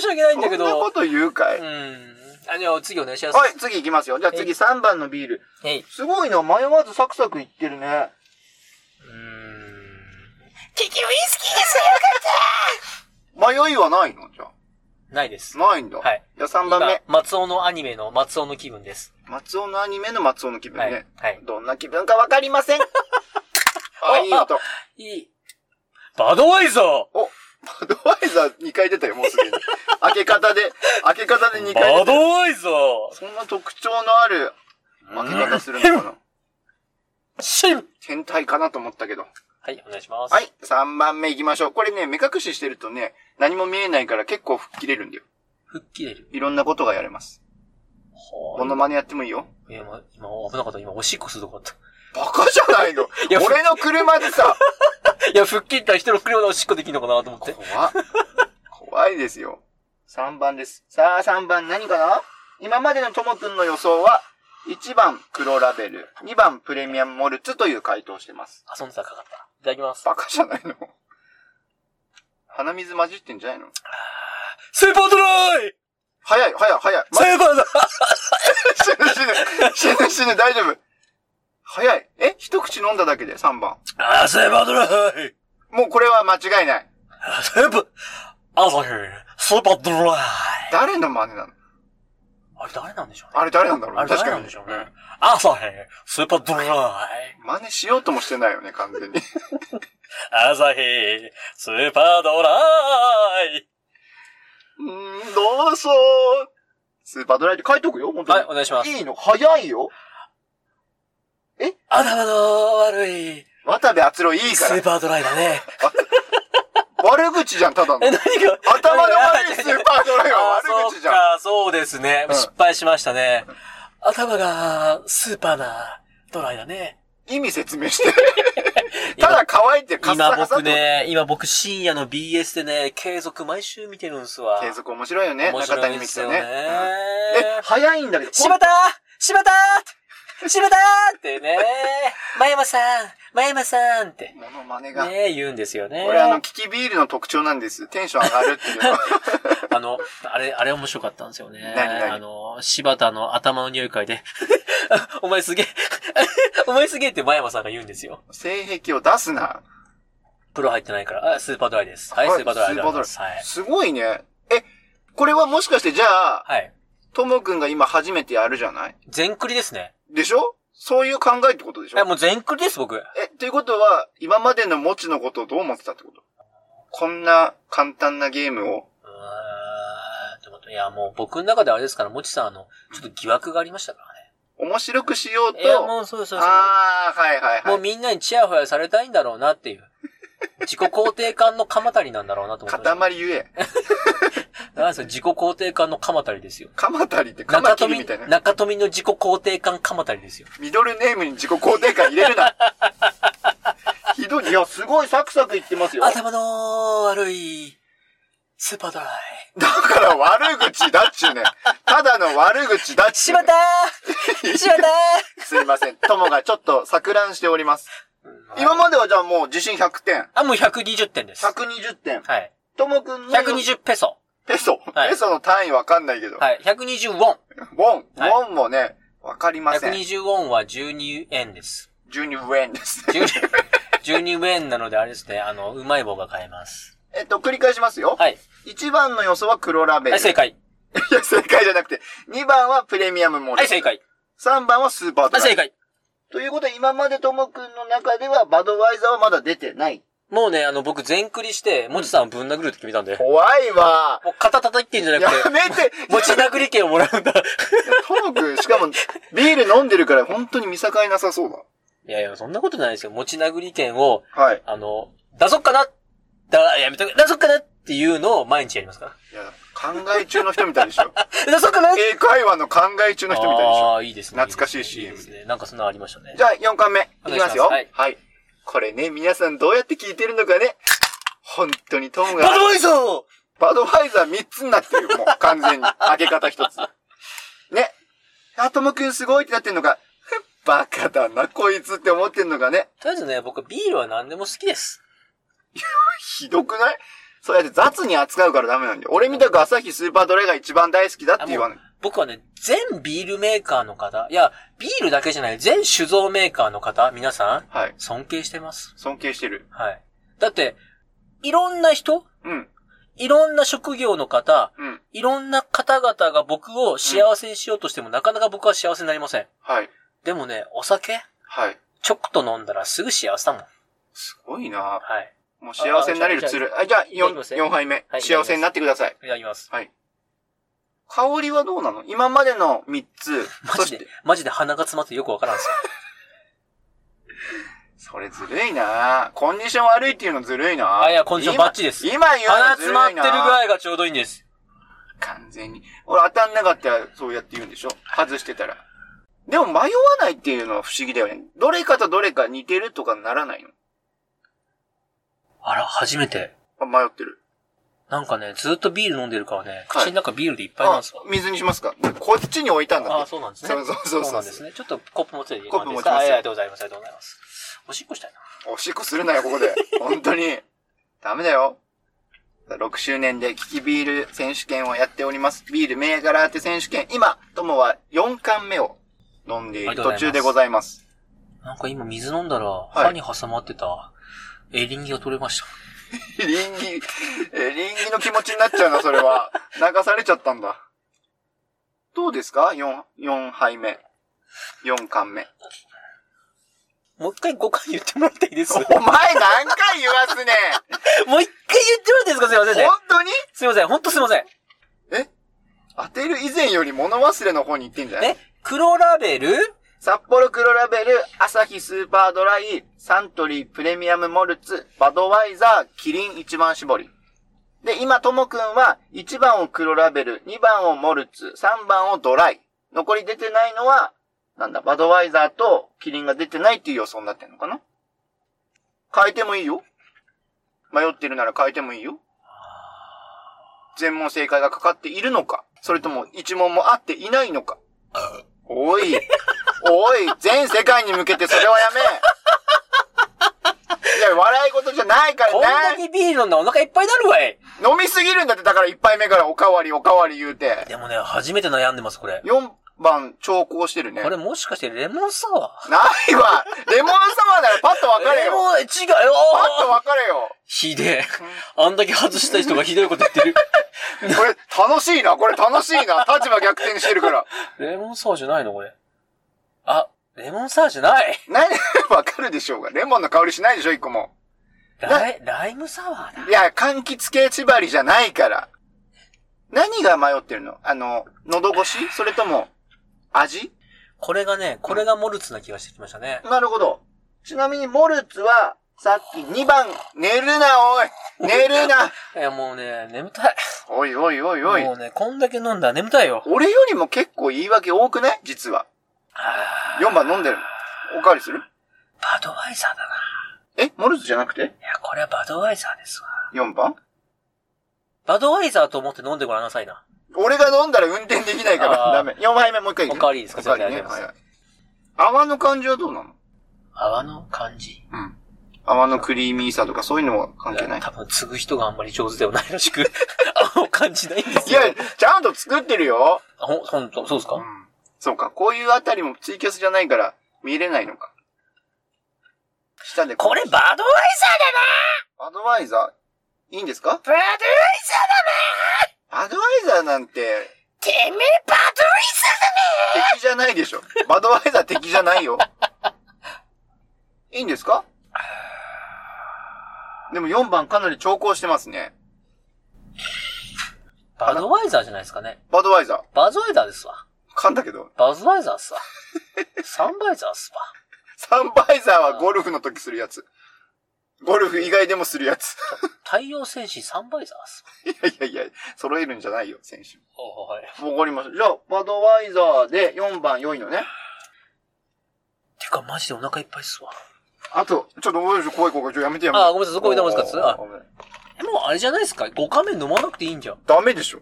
申し訳ない
そ
んだけ
ん
ど。
なこと言うかい。
う
は
ん。あ、じゃあ次お願いします。
い、次行きますよ。じゃあ次3番のビール。
はい。う
すごいな、迷わずサクサクいってるね。
ーん。キキウイスキーですよ
迷いはないのじゃ
ないです
あ。。ないんだ。
はい。
じゃあ3番目。
今松尾のアニメの松尾の気分です。
松尾のアニメの松尾の気分ね。
はいはい
どんな気分かわかりません。 あ、いい音。
いい。バドワイザー
お、バドワイザー2回出たよ、もうすで に。開け方で、開け方で2回
バ
出た。
ドワイザ
そんな特徴のある開け
ー
方するのかな。
シン
天体かなと思ったけど。
はい、お願いします。
はい、3番目行きましょう。これね、目隠ししてるとね、何も見えないから結構吹っ切れるんだよ。
吹っ切れる。
いろんなことがやれます。
は
モノマネやってもいいよ。
い。いや、今、今危なかった。今、おしっこするとこだっ
バカじゃないの
いや
俺の車でさ、
た。いや、吹っ切ったら人の車でおしっこできるのかなと思って。
怖っ怖いですよ。3番です。さあ、3番何かな今までのともくんの予想は、1番黒ラベル、2番プレミアムモルツという回答をしてます。
遊んでたらかかった。いただきます。
バカじゃないの鼻水混じってんじゃないの
スーパードライ
早い、早い、早い。ま、
ーパーだ
死ぬ、死ぬ、死ぬ、大丈夫。早い。え一口飲んだだけで、3番。
あー、スーパードライ
もうこれは間違いない。
スーパー、朝日、スーパードライ
誰の真似なの
あれ誰なんでしょうね。
あれ誰なんだろう
あれ
確
誰
か
なん
に
でしょうね。朝日、スーパードライ
真似しようともしてないよね、完全に。
朝日、スーパードライ
うーん、どうぞスーパードライって書いとくよ、本当に。
はい、お願いします。
いいの早いよ
頭の悪い、
渡部篤郎いい
ス
か
ー
ら。
パードライだね。
悪口じゃん、ただの
え、。何が
頭の 悪いスーパードライは
あー
悪口じゃん。
そうか、そうですね。
うん
失敗しましたね。頭が、スーパーな、ドライだね。
意味説明 して。ただ乾いてカッサ
今
カサ
僕
ってこと。
ね、今僕深夜の BS でね、継続毎週見てるんすわ。
継続面白いよね、
面
中
白
谷
い
美
で
紀
す
さ
よ
ん
ね。
ね。うんえ、早いんだけど。
柴田柴田柴田ってね、真山さん真山さんって
モノマネが。
ね、言うんですよね。
これあの、キキビールの特徴なんです。テンション上がるっていう のは。
あの、あれ、あれ面白かったんですよね。
何何
あの、柴田の頭の匂い嗅いで、 お前すげえ、 お前すげえって前山さんが言うんですよ。
性癖を出すな。
プロ入ってないから、あ、スーパードライです。はい、
はい
スーパードライ
ス
で
ーパー
ご
ド
ざ
ラ
い
イ
ます。はい。
すごいね。え、これはもしかしてじゃあ、
はい。
ともくんが今初めてやるじゃない
全クリですね。
でしょそういう考えってことでしょ
え、もう全クリです、僕。
え、ということは、今までの持ちのことをどう思ってたってことこんな簡単なゲームを。
うーん。でもいや、もう僕の中であれですから、もちさん、あの、ちょっと疑惑がありましたから
面白くしようと
ね。い、や、もうそうそうそう。
ああ、はいはい
もう
はい。
みんなにチヤホヤされたいんだろうなっていう。自己肯定感の鎌足りなんだろうなと思って。
塊言 え。
なんですか自己肯定感の鎌足りですよ。
鎌足りって鎌
中
切り
富
みたい、な。
中富の自己肯定感鎌足りですよ。
ミドルネームに自己肯定感入れるな。ひどい。いや、すごいサクサクいってますよ。
頭の悪い、スーパードライ。
だから悪口だっちゅうねん。ただの悪口だっちゅう
柴
ねん
田柴田
すいません。友がちょっと錯乱しております。今まではじゃあもう自信100点。
あ、もう120点です。
120点。
はい。
ともくんの。
120ペソ。
ペソ。
はい
ペソの単位わかんないけど。
はい。120ウォ
ウ
ン。
ォン。ウ
はい
ォンもね、わかりません。
120ウォンは12円です。
12ウェンです。
12 12ウェンなのであれですね、あの、うまい棒が買えます。
えっと、繰り返しますよ。
はい。
1番の予想は黒ラベル。
はい、正。解。
いや、正解じゃなくて、2番はプレミアムモル。
はい、正。解。
3番はスーパード
はい、
ライ
正。解。
ということで、今までともくんの中では、バドワイザーはまだ出てない。
もうね、あの、僕全クリして、もちさんをぶん殴るって決めたんで。
怖いわ。
もう肩叩き券じゃな
や
くて、
めて。
持ち殴り券をもらうんだ。
ともくん、しかも、ビール飲んでるから、本当に見境なさそうだ。
いやいや、そんなことないですよ。持ち殴り券を、
はい。
あの、出そっかなだ、やめとけ、出そっかなっていうのを毎日やりますか
いや、考え中の人みたいでしょ。
ら。出そっかな
英会話の考え中の人みたいでしょ。
ああ、いいですね。
懐かしい
いい
CM
ですね。なんかそんなのありましたね。
じゃあ、4巻目。いきますよ。
お願いし
はい。これね、皆さんどうやって聞いてるのかね。本当にトムが
バ、ドワイザー
バドワイザー3つになってるよ、もう。完全に。開け方1つ。ね。あ、トムくんすごいってなってんのか。ふっバカだな、こいつって思ってんのかね。
とりあえずね、僕ビールは何でも好きです。
ひどくないそうやって雑に扱うからダメなんだよ。俺みたく朝日スーパードライが一番大好きだって言わない。
僕はね、全ビールメーカーの方、いや、ビールだけじゃない、全酒造メーカーの方、皆さん、
はい。
尊敬してます。
尊敬してる。
はい。だって、いろんな人、
うん。
いろんな職業の方、
うん。
いろんな方々が僕を幸せにしようとしても、なかなか僕は幸せになりません。
はい。
でもね、お酒、
はい。
ちょくと飲んだらすぐ幸せだもん。
すごいな
はい。
もう幸せになれるツール。あ、じゃあ
いきます
4,
よ
4杯目
は。い
幸せになってください。
いただきます。
はい。香りはどうなの今までの3つ。
マ
そ
ジ
し
で
て、、
マジで鼻が詰まってよくわからんすよ。
それずるいなコンディション悪いっていうのずるいな
あいやコンディションバッチリです
今今言う
鼻
のずる
詰
いな
まってるぐらいがちょうどいいんです。
完全に。俺当たんなかったらそうやって言うんでしょ外してたら。でも迷わないっていうのは不思議だよね。どれかとどれか似てるとかならないの
あら、初めて。
あ迷ってる。
なんかね、ずっとビール飲んでるからね、
はい
口の中ビールでいっぱいなん
あ
ですわ、
水にしますかこっちに置いたんだ
あ
っ
あ、
て。
そうなんですね。
そうそうそうそう
なんですね。ちょっとコップ持ってていい
コップ持ちます
かあありがとうございます。ありがとうございます。おしっこしたいな。
おしっこするなよ、ここ で。本当に。ダメだよ。6周年でキキビール選手権をやっております。ビール銘柄当て選手権。今、友は4巻目を飲んでい
あ
る
り
途
がとうございます
中でございます。
なんか今水飲んだら、
い
歯に挟まってた、エリンギが取れました。
臨機、 え臨機の気持ちになっちゃうな、それは。流されちゃったんだ。どうですか ?4、4杯目。4巻目。
もう一回5回言ってもらっていいです
お
もう
前何回言わすね
一回言ってもらっていいですかすいませんね
本。当に
すいません。ほんとすいません。
え当てる以前より物忘れの方に行ってんじゃない
え黒ラベル
札幌黒ラベル、朝日スーパードライ、サントリープレミアムモルツ、バドワイザー、キリン一番搾り。で、今、ともくんは、1番を黒ラベル、2番をモルツ、3番をドライ。残り出てないのは、なんだ、バドワイザーとキリンが出てないっていう予想になってんのかな変えてもいいよ。迷ってるなら変えてもいいよ。全問正解がかかっているのかそれとも一問も合っていないのかおい、おい、全世界に向けてそれはやめ。いや、笑い事じゃないか
こん
ら
だ
ね。
けビール飲んだらお腹いっぱいになるわい。
飲みすぎるんだって、だから一杯目からおかわりおかわり言うて。
でもね、初めて悩んでます、これ。
4番調校してるね。
これもしかしてレモンサワ
ないわレモンサワーならパッと
ー
分かれ
レ
よ
モン、違うよ
パッと分かれよ
ひでえ。あんだけ外した人がひどいこと言っ てる。
これ楽しいな、これ楽しいな。立場逆転してるから。
レモンサワーじゃないのこれ。あ、レモンサワーじゃない。
ない、わかるでしょうが。レモンの香りしないでしょ、一個も。
ライ、ライムサワーだ。
いや、柑橘系縛りじゃないから。何が迷ってるのあの、喉越しそれとも、味
これがね、これがモルツな気がしてきましたね。
なるほど。ちなみに、モルツは、さっき2番、寝るな、おい寝るな
いや、もうね、眠たい。
おいおいおいおい
も。うね、こんだけ飲んだら眠たいよ。
俺よりも結構言い訳多くない実は。
あー
4番飲んでるおかわりする
バドワイザーだな。
えモルツじゃなくて
いや、これはバドワイザーですわ。
?4 番
バドワイザーと思って飲んでごらんなさいな。
俺が飲んだら運転できないから
あ
ダ
ー
メ。4杯目もう一回いく
おかわりいいですか
おかわりね。
全然大丈夫
はい
です
はい。泡の感じはどうなの
泡の感じ。
うん。泡のクリーミーさとかそういうのは関係ない
多。分継ぐ人があんまり上手ではないら しく、泡を感じないんです
い
よ。
や、ちゃんと作ってるよ。
ほ、ほんと、そうですか、
うん。そうか。こういうあたりもツイキャスじゃないから見れないのか。下で。
これバドワイザーだな
アドバイザー、いいんですか
バドワイザ
アドバイザーなんて、
ーてめえバドワイザーだね
敵じゃないでしょ。バドワイザー敵じゃないよ。いいんですかでも4番かなり調校してますね。
バドワイザーじゃないですかね。
バドワイザー。
バズワイザーですわ。
噛んだけど。
バズワイザーっすわ。サンバイザーっすわ。
サンバイザーはゴルフの時するやつ。ゴルフ以外でもするやつ。
太陽戦士サンバイザーっすわ。
いやいやいや、揃えるんじゃないよ、選手。
おはい。て
わかりました。じゃあ、バドワイザーで4番良いのね。
か、マジでお腹いっぱいっすわ。
あと、ちょっと、おい怖い怖い、ちょ、やめてやめて。
あー、ごめんなさい、そこ置いてもらえますかあ
おーごめん
もうあれじゃないですか ?5 カメ飲まなくていいんじゃん。
ダメでしょ。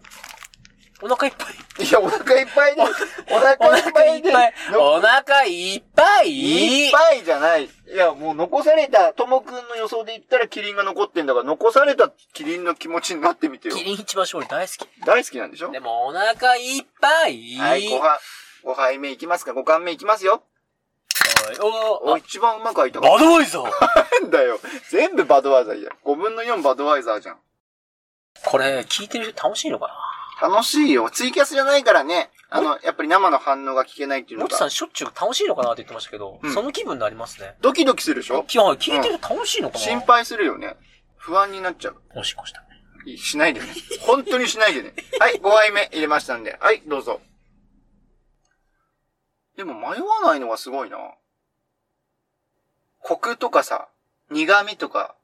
お腹いっぱい。
いや、お腹いっぱいで、 お
お
腹いっぱ
腹い
い
っ
で、
ぱい。
の
お腹いっぱい。
いっぱいじゃない。いや、もう残された、ともくんの予想で言ったらキリンが残ってんだから、残されたキリンの気持ちになってみてよ
キ。リン一番勝利大好き。
大好きなんでしょ
でもお腹いっぱい。
はい、5杯、5杯目いきますか、5巻目いきますよ。
おいお
お、
い。
一番うまく開いた
あ
から。
バドワイザー
なんだよ。全部バドワイザーじゃん。5分の4バドワイザーじゃん。
これ、聞いてる人楽しいのか
楽しいよ。ツイキャスじゃないからね。あの、やっぱり生の反応が聞けないっていう
な
の
もちさ
が
ん。しょっちゅう楽しいのかなって言ってましたけど、
うん
その気分になりますね。
ドキドキするでしょ
いや、聞いてる人楽しいのかな、
心配するよね。不安になっちゃう。
おしっこした。
いいしないでね。本当にしないでね。はい、5杯目入れましたんで。はい、どうぞ。でも迷わないのがすごいな。コクとかさ、苦味とか、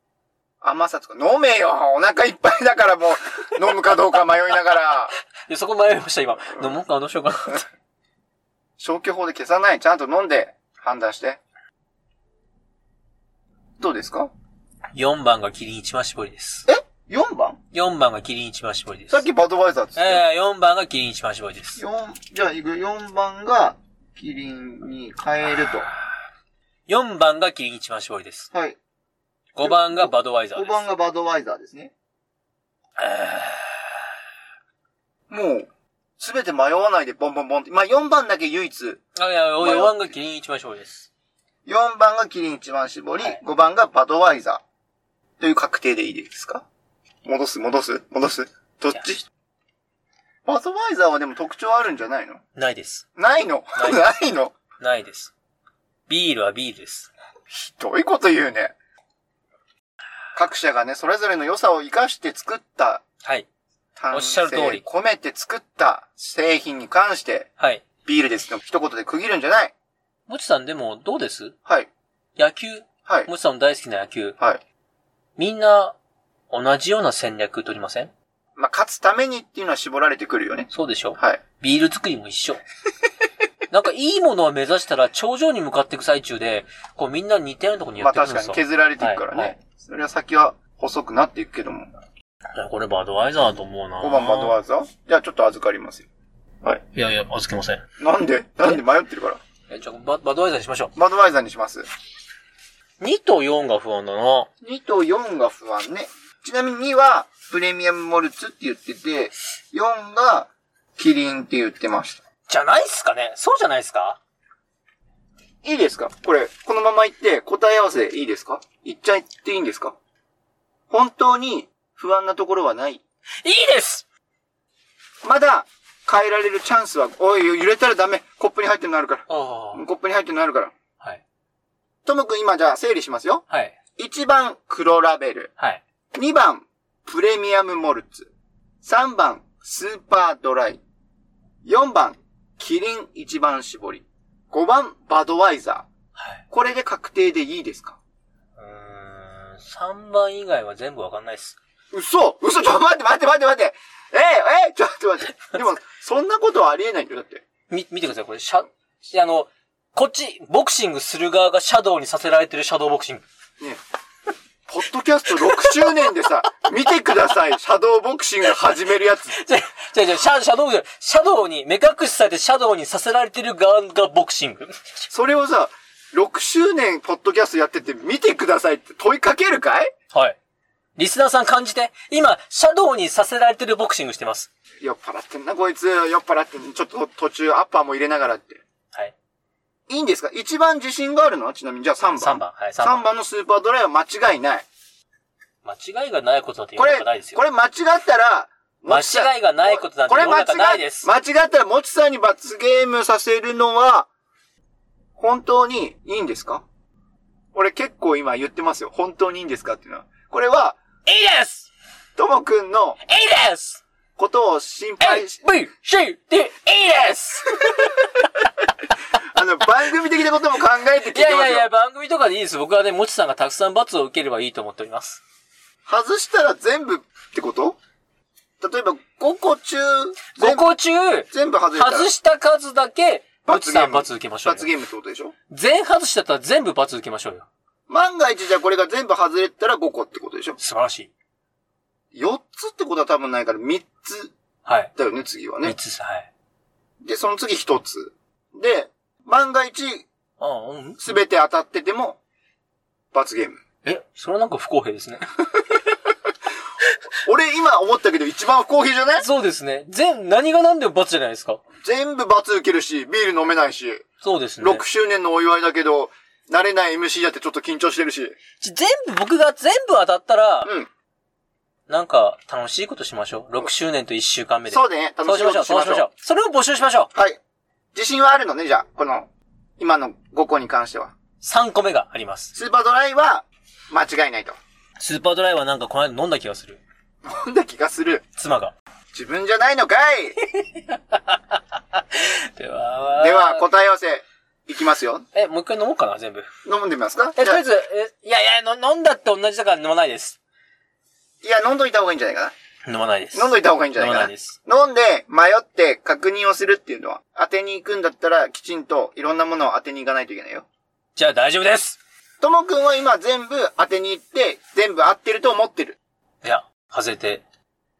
甘さとか、飲めよお腹いっぱいだからもう、飲むかどうか迷いながら。
で、そこ迷いました、今。飲もうか、どうしようかな。
消去法で消さない。ちゃんと飲んで、判断して。どうですか
4番がキリン一番絞りです。
え ?4 番
4番がキリン一番絞りです。
さっきバドワイザーっつってたよ。
ええ4番がキリン一番絞りです。
四じゃあ、いく4番が、キリンに変えると。
4番がキリン一番絞りです。
はい。
5番がバドワイザーで
5
す。
番がバドワイザーですね。もう、すべて迷わないでボンボンボンって。まあ、4番だけ唯一。
あ、いや、4番がキリン一番絞りです。
4番がキリン一番絞り、
はい
5番がバドワイザー。という確定でいいですか戻す、戻す、戻す。どっ
いや
ちバドワイザーはでも特徴あるんじゃないの
ないです。
ないの
ない で
ないの
ないです。ビールはビールです。
ひどいこと言うね。各社がね、それぞれの良さを活かして作った
はい。
単
おっしゃる通り
性込めて作った製品に関して、
はい。
ビールですの一言で区切るんじゃない
もちさんでも、どうです
はい。
野球
はい。
もちさんの大好きな野球。
はい。
みんな、同じような戦略取りません
まあ、勝つためにっていうのは絞られてくるよね。
そうでしょ
はい。
ビール作りも一緒。 なんか、いいものを目指したら、頂上に向かっていく最中で、こう、みんな似たようなとこにや
まあ
ってくる
確
ん
か
で
に
すよ。
削られていくからね。
はいはい
それは先は細くなっていくけども。
いやこれバドワイザーだと思うな
5番バドワイザーじゃあちょっと預かりますよ。
いやいや、預けません。
なんでなんで迷ってるから。
え、じゃあバ、バドワイザーにしましょ
バドワイザーにします。
う。2と4が不安だな。
2と4が不安ね。ちなみに2はプレミアムモルツって言ってて、4がキリンって言ってました。
じゃないっすかねそうじゃないっすか
いいですかこれ、このまま言って答え合わせいいですか言っちゃっていいんですか本当に不安なところはない。
いいです
まだ変えられるチャンスは、おい、揺れたらダメ。コップに入ってるのあるから。
ああ。
コップに入ってるのあるから。
はい。
ともくん今じゃあ整理しますよ。
はい。
1番、黒ラベル。
はい。
2番、プレミアムモルツ。3番、スーパードライ。4番、キリン一番搾り。5番、バドワイザ
はい。
ー。これで確定でいいですか
うーん、3番以外は全部わかんないっす。
嘘嘘ちょ、待って待って待って待ってえええちょっと待って。でも、そんなことはありえないんだよ、だって。
み、見てください、これ、シャ、あの、こっち、ボクシングする側がシャドウにさせられてるシャドウボクシング。
ねポッドキャスト6周年でさ、 見てください、シャドーボクシング始めるやつ。
じゃ、じゃ、じゃ、シャ、シャドウじゃない、シャドウに、目隠しされてシャドウにさせられてる側がボクシング。
それをさ、6周年ポッドキャストやってて、見てくださいって問いかけるかい
はい。リスナーさん感じて、今、シャドウにさせられてるボクシングしてます。
酔っ払ってんな、こいつ。酔っ払ってんちょっと途中アッパーも入れながらって。
はい。
いいんですか一番自信があるのはちなみに、じゃあ3番。
3番。はい、3
3
番。
番のスーパードライは間違いない。
間違いがないことなんて世
こ
の
れ、
中ないですよ。
これ間違ったら、
間違いがないことなんて
これ
世の
間違
中ないです。
間違ったら、もちさんに罰ゲームさせるのは、本当にいいんですか俺結構今言ってますよ。本当にいいんですかっていうのは。これは、
いいです
ともくんの
いいです
ことを心配し、
!A, B, C, D, いいです
あの、番組的なことも考えて聞いて
い
ます
や
よ。
いやいや、番組とかでいいです。僕はね、もちさんがたくさん罰を受ければいいと思っております。
外したら全部ってこと例えば5個中、
5
全部
個中、
全部外したら
外した数だけ、も
罰
ち
ゲ
さ
ー
ん
ム。
罰受けましょう
罰
よ。
ゲームってことでしょ
全外しだったら全部罰受けましょうよ。
万が一じゃあこれが全部外れたら5個ってことでしょ
素晴らしい。
?4 つってことは多分ないから3つ
はい。
だよね、次は
3
ね。
つです、はい。
で、その次1つ。で、万が一
あうん。
全て当たってても、罰ゲーム。
え、それはなんか不公平ですね。
俺今思ったけど一番不公平じゃない
そうですね。全、何が何でも罰じゃないですか。
全部罰受けるし、ビール飲めないし、
そうですね。
6周年のお祝いだけど、慣れない MC だってちょっと緊張してるし。う
ち全部、僕が全部当たったら、
ん。
なんか楽しいことしましょう。6周年と1週間目で。
そうだね。
そう
楽し
し
い
ま
こ
しょ
と
う、
し
そう
ま
し
しょ
ま
う
しょう。それを募集しましょう。
はい。自信はあるのね、じゃあ。この、今の5個に関しては。
3個目があります。
スーパードライは、間違いないと。
スーパードライはなんかこの間飲んだ気がする。
飲んだ気がする。
妻が。
自分じゃないのかい
では
では、答え合わせ、いきますよ。
え、もう一回飲もうかな、全部。
飲んでみますか
え、
じ
とり
ゃ
あ
あ
えず、え、いやいや、の飲んだって同じだから飲まないです。
いや、飲んどいた方がいいんじゃないか
飲まないです。
な。飲んどいた方がいいんじゃないか
飲
な。
まないです
飲んで、迷って、確認をするっていうのは、当てに行くんだったら、きちんと、いろんなものを当てに行かないといけないよ。
じゃあ大丈夫です。
ともくんは今、全部当てに行って、全部合ってると思ってる。
いや、外れて、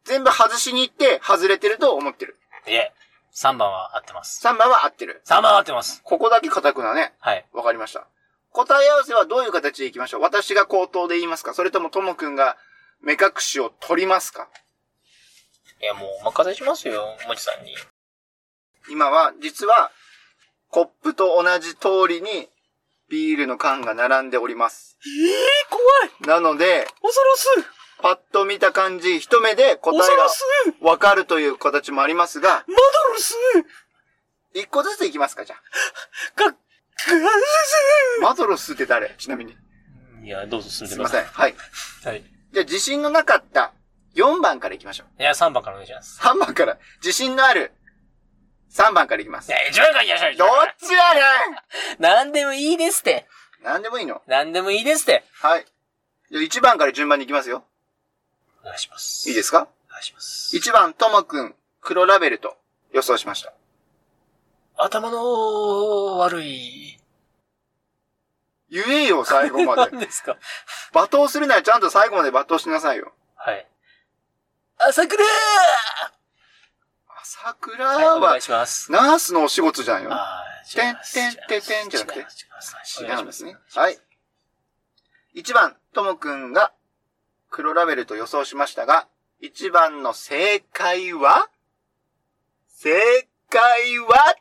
全部外しに行って、外れてると思ってる。
いえ、3番は合ってます。
3番は合ってる。
3番は合ってます。
ここだけ固くなね。
はい。
わかりました。答え合わせはどういう形でいきましょう私が口頭で言いますかそれともともくんが目隠しを取りますか
いや、もうお任せしますよ、もちさんに。
今は、実は、コップと同じ通りにビールの缶が並んでおります。
ええ怖い
なので、
恐ろしい
パッと見た感じ、一目で答え
い
がわかるという形もありますが、
まだろしい
一個ずついきますかじゃあ。
か、か、
マドロスって誰ちなみに。
いや、どうぞ進んです
い
く
ま
だ
せ
さい。
ん。はい。
はい。
じゃあ、自信のなかった4番からいきましょう。
いや、3番からお願いします。
3番から、自信のある3番からいきます
い。や、1番からいきましょう一
どっ
番から
ちやね
何でもいいですって。
ん何でもいいの
何でもいいですって。
はい。じゃあ1番から順番に行きますよ。
お願いします。
いいですすか
お願いします。
?1 番、ともくん、黒ラベルと予想しました。
頭の悪い。
言えよ、最後 まで。
何ですか
罵倒するならちゃんと最後まで罵倒しなさいよ。
はい。朝倉
朝倉
はい、お願、
はい
します。
ナースのお仕事じゃんよ。
あー違います
てんてんてんてんじゃなくて
違います違います
違うんですね。はい。。1番、ともくんが黒ラベルと予想しましたが、1番の正解は正解は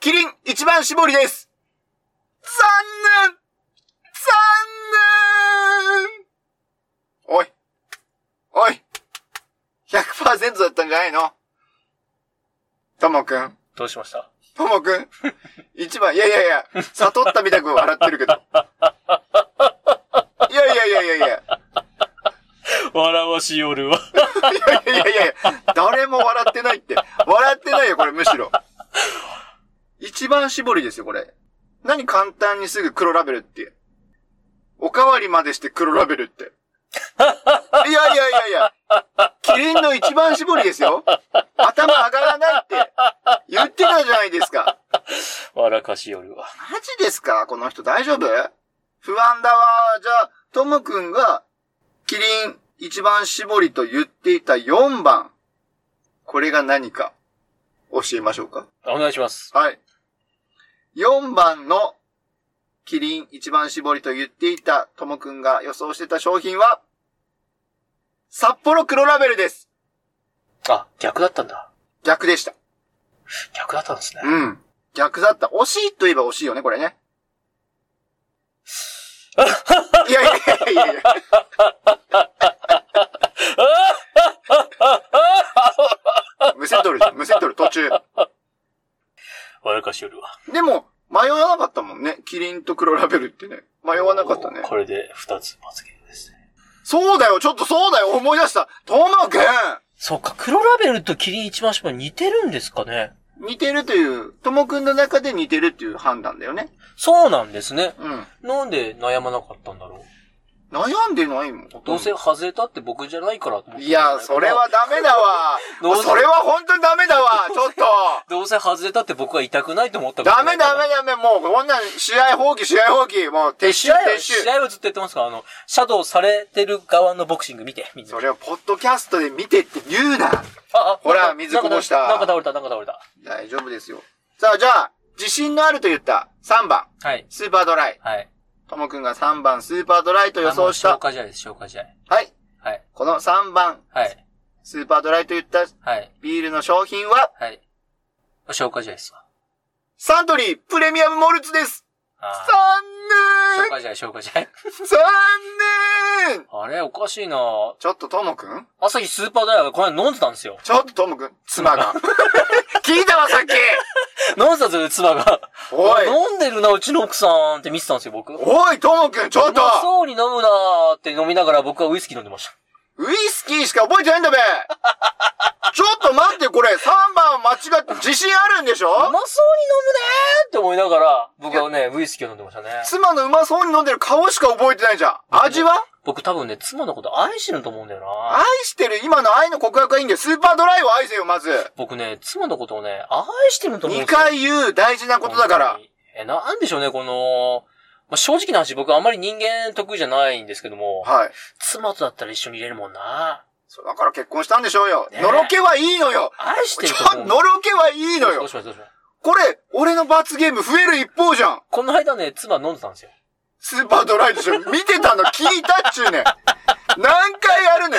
キリン一番絞りです残念残念おいおい !100% つだったんじゃないのともくん。
どうしました
ともくん。一番、いやいやいや、悟ったみたく笑ってるけど。いやいやいやいやいや。い
笑わし 夜は。
やいやいやいや、誰も笑ってないって。笑ってないよ、これ、むしろ。一番絞りですよ、これ。何簡単にすぐ黒ラベルって。おかわりまでして黒ラベルって。いやいやいやいや。キリンの一番絞りですよ。頭上がらないって言ってたじゃないですか。
笑かし夜は。
マジですかこの人大丈夫不安だわ。じゃあ、ともくんが、キリン一番絞りと言っていた4番。これが何か、教えましょうか
お願いします。
はい。4番の、キリン一番絞りと言っていたともくんが予想してた商品は、札幌黒ラベルです。
あ、逆だったんだ。
逆でした。
逆だったんですね。
うん。逆だった。惜しいと言えば惜しいよね、これね。いやいやいやいやいや。むせとる、むせとる、途中。
笑かし夜は。
でも、迷わなかったもんね。キリンと黒ラベルってね。迷わなかったね。
これで二つ罰ゲームですね。
そうだよ、ちょっとそうだよ、思い出した。ともくん
そっか、黒ラベルとキリン一番島似てるんですかね
似てるという、ともくんの中で似てるっていう判断だよね。
そうなんですね。
うん。
なんで悩まなかったんだろ
悩んでないもん。
う。どうせ外れたって僕じゃないからと思って
いや、それ。はダメだわ。
どうぞ
それは本当にダメだわ、ちょっと。
どうせ外れたって僕は痛くないと思ったから
ダメダメダメ、もうこんなん試合放棄、試合放棄、もう撤
試
収、
合は、
撤収。
試合はずっとやってますから、あの、シャドウされてる側のボクシング見て、みんな
そ。れをポッドキャストで見てって言うな。
あ、あ、
ほら
なんか
水こぼした
なんか倒れた、なんか倒れた。
大丈夫ですよ。さあ、じゃあ、自信のあると言った3番、
はい。
スーパードライ。
はい。
ともくんが3番、スーパードライと予想し
あも
た。
う消化試合です、消化試合。
はい。
はい。
この3番、
はい。
スーパードライと言った
はい。
ビールの商品は、
はい。消化試合ですわ。
サントリープレミアムモルツです。
あー消
残
化試合、消化試合。
念残念
あれ、おかしいなぁ
ちょっとともくん
朝日スーパーダイヤがこの間飲んでたんで すよ。
ちょっとともくん妻 が。聞いたわ、さっき
飲んでたんですよ、妻が。
おい
飲んでるな、うちの奥さんって見てたんですよ、僕。う
おい、ともくん、ちょっと
まそうに飲むなーって飲みながら僕はウイスキー飲んでました。
ウイスキーしか覚えてないんだべちょっと待って、これ、3番間違って、自信あるんでし
う
ょ
まそうに飲むねーって思いながら、僕はね、ウイスキーを飲んでましたね。
妻のうまそうに飲んでる顔しか覚えてないじゃん。味は
僕多分ね、妻のこと愛してると思うんだよな
愛してる、今の愛の告白はいいんだよ。スーパードライを愛せよ、まず。
僕ね、妻のことをね、愛してると思うん
2
ですよ。
回言う、大事なことだから
本当。に。え、なんでしょうね、この、まあ、正直な話、僕あんまり人間得意じゃないんですけども、
はい。
妻とだったら一緒にいれるもんな
そうだから結婚したんでしょうよ。
ねえ
のろけはいいのよ。
愛して
ち
る
ょ
と
っ
思
と、
う。
のろけはいいの
どう
よ
し。ましたどうしました
これ、俺の罰ゲーム増える一方じゃん。
この間ね、妻飲んでたんですよ。
スーパードライでしょ。見てたの聞いたっちゅうねん。何回やるね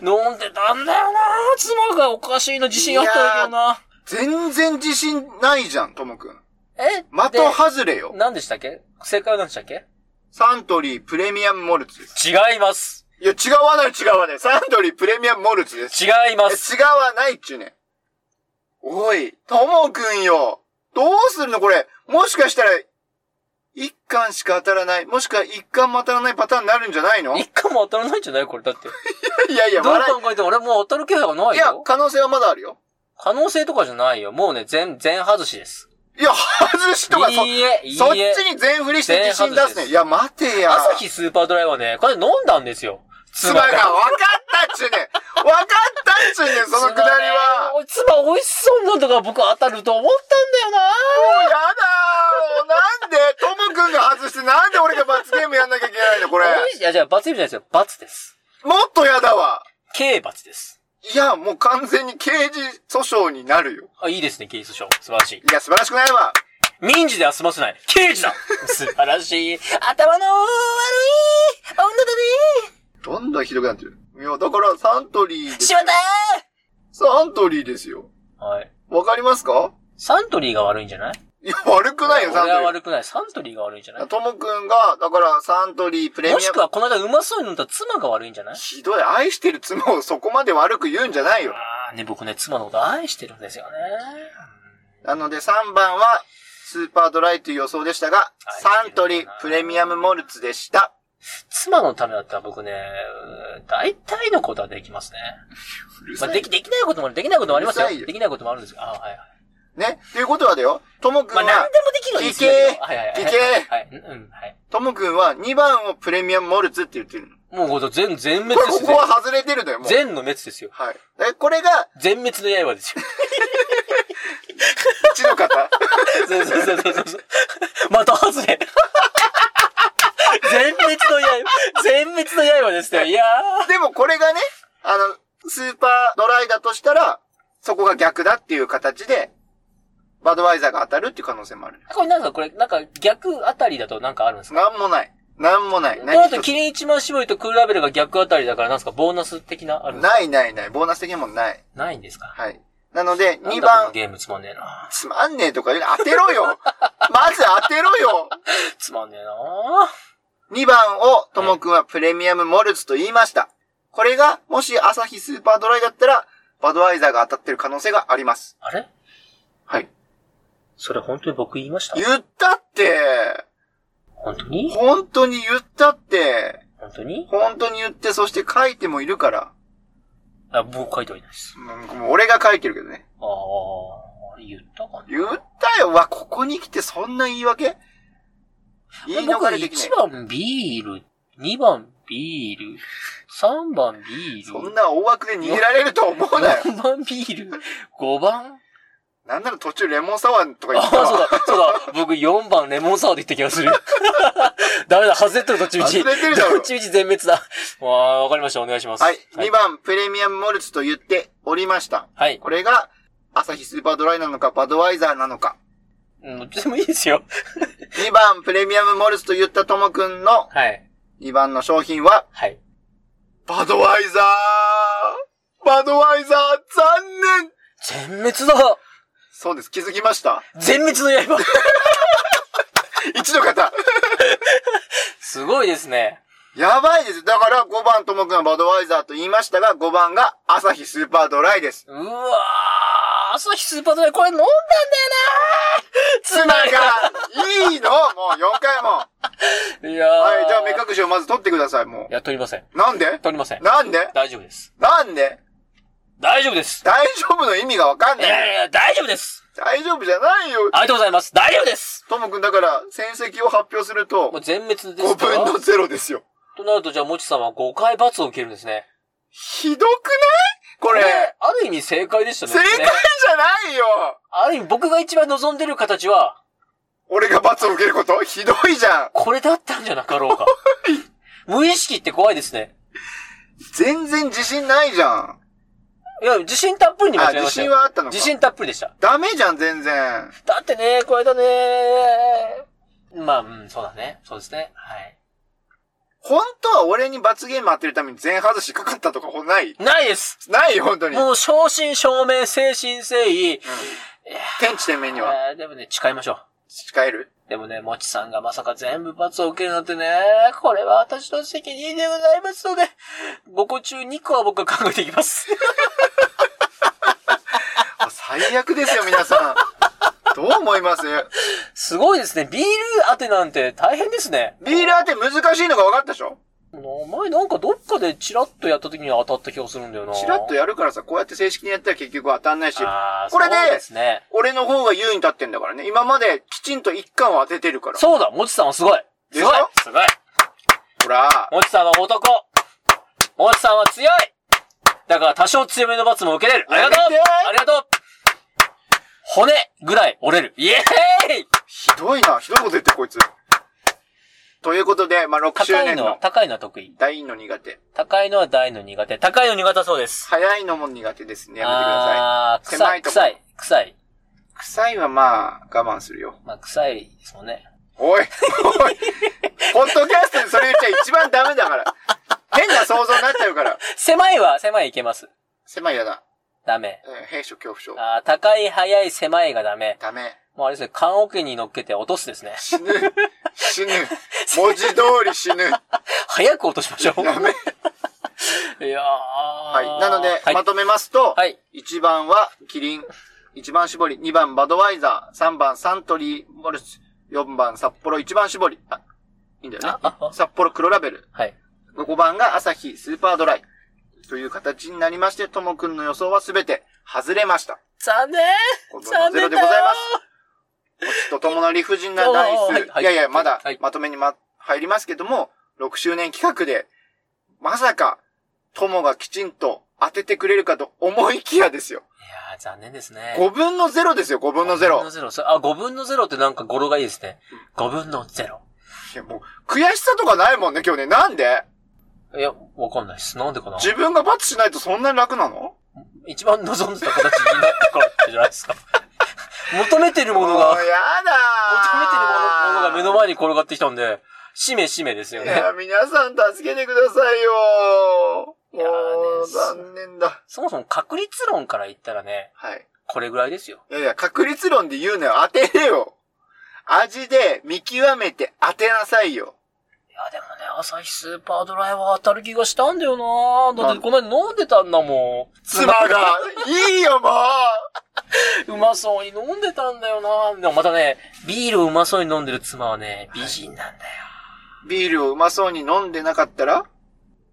ん。
飲んでたんだよな妻がおかしいの自信あったんだよな
全然自信ないじゃん、ともくん。
え
的
で
外れよ。
何でしたっけ正解は何でしたっけ
サントリープレミアムモルツです。
違います。
いや、違わない違わない。サントリープレミアムモルツです。
違いま
え
す。
違わないっちゅうねん。おい、ともくんよ。どうするのこれ。もしかしたら、一巻しか当たらない。もしくは一巻も当たらないパターンになるんじゃないのい
一回も当たらないんじゃないこれだって。
やいや、
どう
笑。
考えても俺もう当たる気配がないい
いや
よ、。
可能性はまだあるよ。
可能性とかじゃないよ。もうね、全、全外しです。
いや、外しとか、そ、
いいえ、いい
そっち
え。
に全振りして自信出
全外し
す
で
ね。
す
いや、待てや。
朝日スーパードライはね、これ飲んだんですよ。
妻が、分かったっちゅうねん。分かったっちゅうねん、そのくだりは。もう
妻ね。妻美味しそうに飲んだから僕当たると思ったんだよな
やだーもうなんで、ともくんが外して、なんで俺が罰ゲームやんなきゃいけないの、これ。
美味しいいや、じゃあ罰ゲームじゃないですよ。罰です。
もっとやだわ。
刑罰です。
いや、もう完全に刑事訴訟になるよ。
あ、いいですね、刑事訴訟。素晴らしい。
いや、素晴らしくないわ。
民事では済ませない。刑事だ素晴らしい。頭の悪い女だね
どんどんひどくなってる。いや、だからサントリーです
しまった
サントリーですよ。
ーはい。
わかりますか
サントリーが悪いんじゃない
いや、悪くないよ、サン
俺
ト
は
リー。
悪くない。サントリーが悪いんじゃない
ともくんが、だからサントリープレミア
も
ム。
しくはこの間うまそうに飲んだ妻が悪いんじゃない
ひどい。愛してる妻をそこまで悪く言うんじゃないよ。
ああね、僕ね、妻のこと愛してるんですよね。
なので3番は、スーパードライという予想でしたが、サントリープレミアムモルツでした。
妻のためだったら僕ね、大体のことはできますね。まあ、でき、できないこともある、できないこともありますよ。
うるさいよ
できないこともあるんですよ。あはいはい。
ね。ということはだよ、ともくん
まあ、
は
何、でもできるのはいいですよ
いけー
はいはいはい。
いけー
はい。うん、はい。
ともくんは2番をプレミアムモルツって言ってるの。
もうほんと全、全
こ
滅
れ、
で
こ
す
こ
よ。
は外れてるのよ、もう。
全全の滅ですよ。
はい。え、これが、
全滅の刃ですよ。
うち の方。
そうそうそうそうそう。的外れ。全滅の刃、全滅の刃ですよ。いや
でもこれがね、あの、スーパードライだとしたら、そこが逆だっていう形で、バドワイザーが当たるっていう可能性もある。
ー。これなんか、これ、なんか逆あたりだとなんかあるんですか
なんもない。なんもない。
この
何
後、
一つ
キリン一番絞りとクールラベルが逆あたりだから、なんですか、ボーナス的な、あるんですか
ないないない。ボーナス的にもない。
ないんですか
はい。なので、
なん
2
だこの
番、
ゲームつまんねえな。
つまんねえとか言うの当てろ よまず当てろよ
つまんねえな
!2 番をともくんはプレミアムモルツと言いました。これが、もし朝日スーパードライだったら、バドワイザーが当たってる可能性があります。
あれ
はい。
それ本当に僕言いました
言ったって、
本当に
本当に言ったって、
本当に
本当に言って、そして書いてもいるから。
あ、僕書いてはいないです。
うんもう俺が書いてるけどね。
ああ、言ったかな
言ったよ。わ、ここに来てそんな言い訳言い逃れできない。
僕1番ビール、2番ビール、3番ビール、
そんな大枠で逃げられると思う なよ。
4番ビール、5番
なんなら途中レモンサワーとか言
ああ
っ、たわ
そうだ、そうだ、僕4番レモンサワーで言った気がする。 ダメだ、外れてる、どっちみち。
外れてるだろ
どっちみち全滅だ。わあ、わかりました、お願いします。
はい。2。番、プレミアムモルツと言っておりました。
はい。
これが、アサヒスーパードライなのか、バドワイザーなのか。
うんどっちでもいいですよ。
2番、プレミアムモルツと言ったともくんの
はい。
2番の商品は、
はい。
バドワイザーバドワイザー残念
全滅だ
そうです。気づきま した
全滅の刃
一の方。
すごいですね。
やばいです。だから5番ともくんはバドワイザーと言いましたが、5番がアサヒスーパードライです。
うわー、朝日スーパードライ、これ飲んだんだよ
妻が
なー
いいのもう4回も。はい
やー。
い、じゃあ目隠しをまず取ってください、も
いや、取りません。
う。なんで
取りません。
なんで
大丈夫です。
なんで
大丈夫です。
大丈夫の意味がわかん
い
な
やい
い。
やいや、大丈夫です。
大丈夫じゃないよ。
ありがとうございます。大丈夫です。
ともくんだから戦績を発表する
もう
と、
全滅です
5
か
分
ら
の。0ですよ。
となると、じゃあ、もちさんは5回罰を受けるんですね。
ひどくないこ
こ
れ、
ある意味正解でしたね。
正解じ
ね
ゃないよ
ある意味僕が一番望んでる形は、
俺が罰を受けることひどいじゃん
これだったんじゃなかろうか。無意識って怖いですね。
全然自信ないじゃん。
いや、自信たっぷりに間
あ、
違えま
自
した
信
よ。
はあったのか
自信たっぷりでした。
ダメじゃん、全然。
だってね、これだねまあ、うん、そうだね。そうですね。はい。
本当は俺に罰ゲーム当てるために全外しかかったとかほんない
ないです
ないよ、本当に。
もう、正真正銘、誠心誠意。
天地天命には。
えーでもね、誓いましょ
誓える
う。でもね、もちさんがまさか全部罰を受けるなんてね、これは私の責任でございますので、5個中2個は僕が考えてい きます。
あ最悪ですよ、皆さん。どう思います
すごいですね。ビール当てなんて大変ですね。
ビール当て難しいのが分かったでしょ
お前なんかどっかでチラッとやった時に当たった気がするんだよな。
チラッとやるからさ、こうやって正式にやったら結局当たんないし、
あー
これで
そうですね。
俺の方が優位に立ってんだからね。今まできちんと一巻を当ててるから。
そうだ、もちさんはすごい。すごい
でしょ
すごい。
ほら、
もちさんは男。もちさんは強いだから多少強めの罰も受けれる。ありがとう
やめて
ありがとう骨ぐらい折れる。イエーイ
ひどいな、ひどいこと言ってるこいつ。ということで、まあ、6周
高い
年
のは
の、
高いのは得意。
大の苦手。
高いのは大の苦手。高いの苦手そうです。
早いのも苦手ですね。やめてください。
あー、
狭
臭い、
いとこ
臭い、臭い。
臭いはまあ、我慢するよ。
まあ、臭いですもんね。
おい、おい、ポッドキャストでそれ言っちゃ一番ダメだから。変な想像になっちゃうから。
狭いは、狭いいけます。
狭いやだ。
ダメ。
うん兵所恐怖症。
あー高い、速い、狭いがダメ。
ダメ。
もうあれですね、缶桶に乗っけて落とすですね。
死ぬ。死ぬ。文字通り死ぬ。
早く落としましょう。
ダメ。
いやは
はい。なので、
はい
ま。とめますと、
はい。
1番はキリン、1番絞り、2番バドワイザー、3番サントリーモルス、4番札幌1番絞り。あ、いいんだよね
あ。あ
札幌黒ラベル。
はい。
5番が朝日スーパードライ。という形になりまして、ともくんの予想はすべて外れました。
残念
今度は
残
ゼロ
念
で
だ
ご
よ
ざいます。オチとともの理不尽なダイ
はい
ス。
はい
いやいや、まだ
はい
まとめにま、入りますけども、6周年企画で、まさか、ともがきちんと当ててくれるかと思いきやですよ。
いやー、残念ですね。
5分の0ですよ、5分の
5分の
0。
ゼロ。そあ、5分のゼロってなんか語呂がいいですね。5分のゼロ。
いや、もう、悔しさとかないもんね、今日ね。なんで
いや、わかんないです。なんでかな
自分が罰しないとそんなに楽なの
一番望んでた形になったからってじゃないですか。 求めてるもの
も
が、
う
求めて
やだ
るものものが目の
前
前に転がってきたんで、しめしめですよ
い
ね。
や、皆さん助けてくださいよ
いや
も
ーね
う、残念だ。
そもそも確率論から言ったらね、
はい。
これぐらいですよ。
いやいや、確率論で言うのよ。当てれよ。味で見極めて当てなさいよ。
いや、でもね、朝日スーパードライは当たる気がしたんだよなだってこの間飲んでたんだもん。
妻 が、いいよ、もう
うまそうに飲んでたんだよなでもまたね、ビールをうまそうに飲んでる妻はね、美人なんだよ。
ビールをうまそうに飲んでなかったら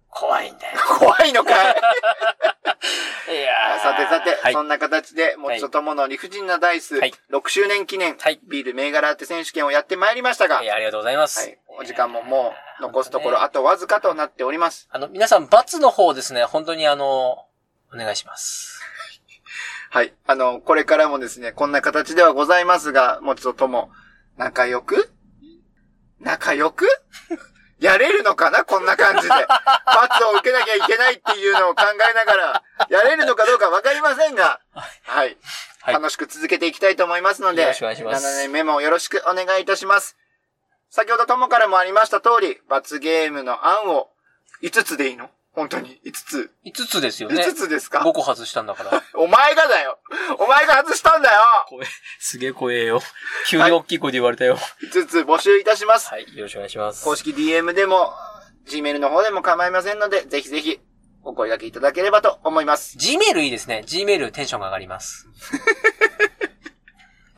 怖いんだよ。
怖いの かい
いやー
さてさて、
はい
そ。んな形で、もちとともの理不尽なダイス、
はい
6周年記念、
はい
ビール銘柄当て選手権をやってまいりましたが、
いやありがとうございま
は
す。
い、お時間ももう残すとこ
い
ろ
やー
あとわずかとなっております。
あの、皆さん、罰の方ですね、本当にあの、お願いします。
はい。あの、これからもですね、こんな形ではございますが、もちととも、仲良く仲良く やれるのかなこんな感じで。 罰を受けなきゃいけないっていうのを考えながら、やれるのかどうかわかりませんが、はい。
はい
楽しく続けていきたいと思いますので、
よろしくお願いします
7年目もよろしくお願いいたします。先ほどともからもありました通り、罰ゲームの案を5つでいいの本当に5つ。
5つですよね。
5つですか
5個外したんだ から。
お前がだよお前が外したんだよ
怖え。すげえ怖えよ。急に大きい声で言われたよ。
5つ募集いたします。
はい、よろしくお願いします。
公式 DM でも、Gmail の方でも構いませんので、ぜひぜひ、お声掛けいただければと思います。
Gmail いいですね。Gmail テンションが上がり ます。よ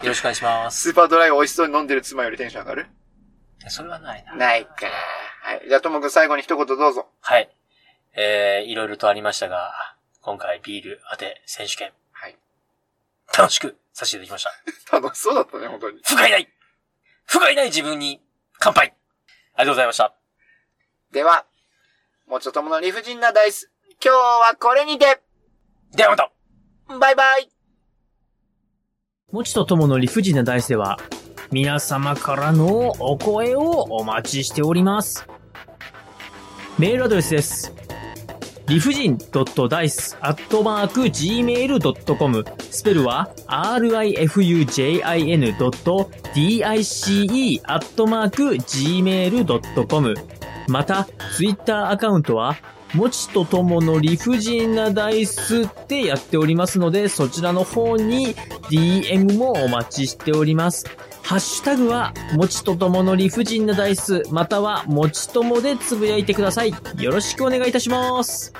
ろしくお願いします。
スーパードライを美味しそうに飲んでる妻よりテンション上がる
それはないな。
ないか。はい。じゃあ、ともくん最後に一言どうぞ。
はい。えー、いろいろとありましたが、今回ビール当て選手権、
はい。
楽しくさせていただきました。
楽しそうだったね、本当に。
不甲斐ない不甲斐ない自分に乾杯ありがとうございました。
では、もちょともの理不尽なダイス。今日はこれにて、
ではまた
バイバイ
もちとともの理不尽な大では、皆様からのお声をお待ちしております。メールアドレスです。理不尽 .dice.gmail.com スペルは rifujin.dice.gmail.com また、ツイッターアカウントは、もちとともの理不尽なダイスってやっておりますので、そちらの方に DM もお待ちしております。ハッシュタグは、もちとともの理不尽なダイス、または、もちともでつぶやいてください。よろしくお願いいたします。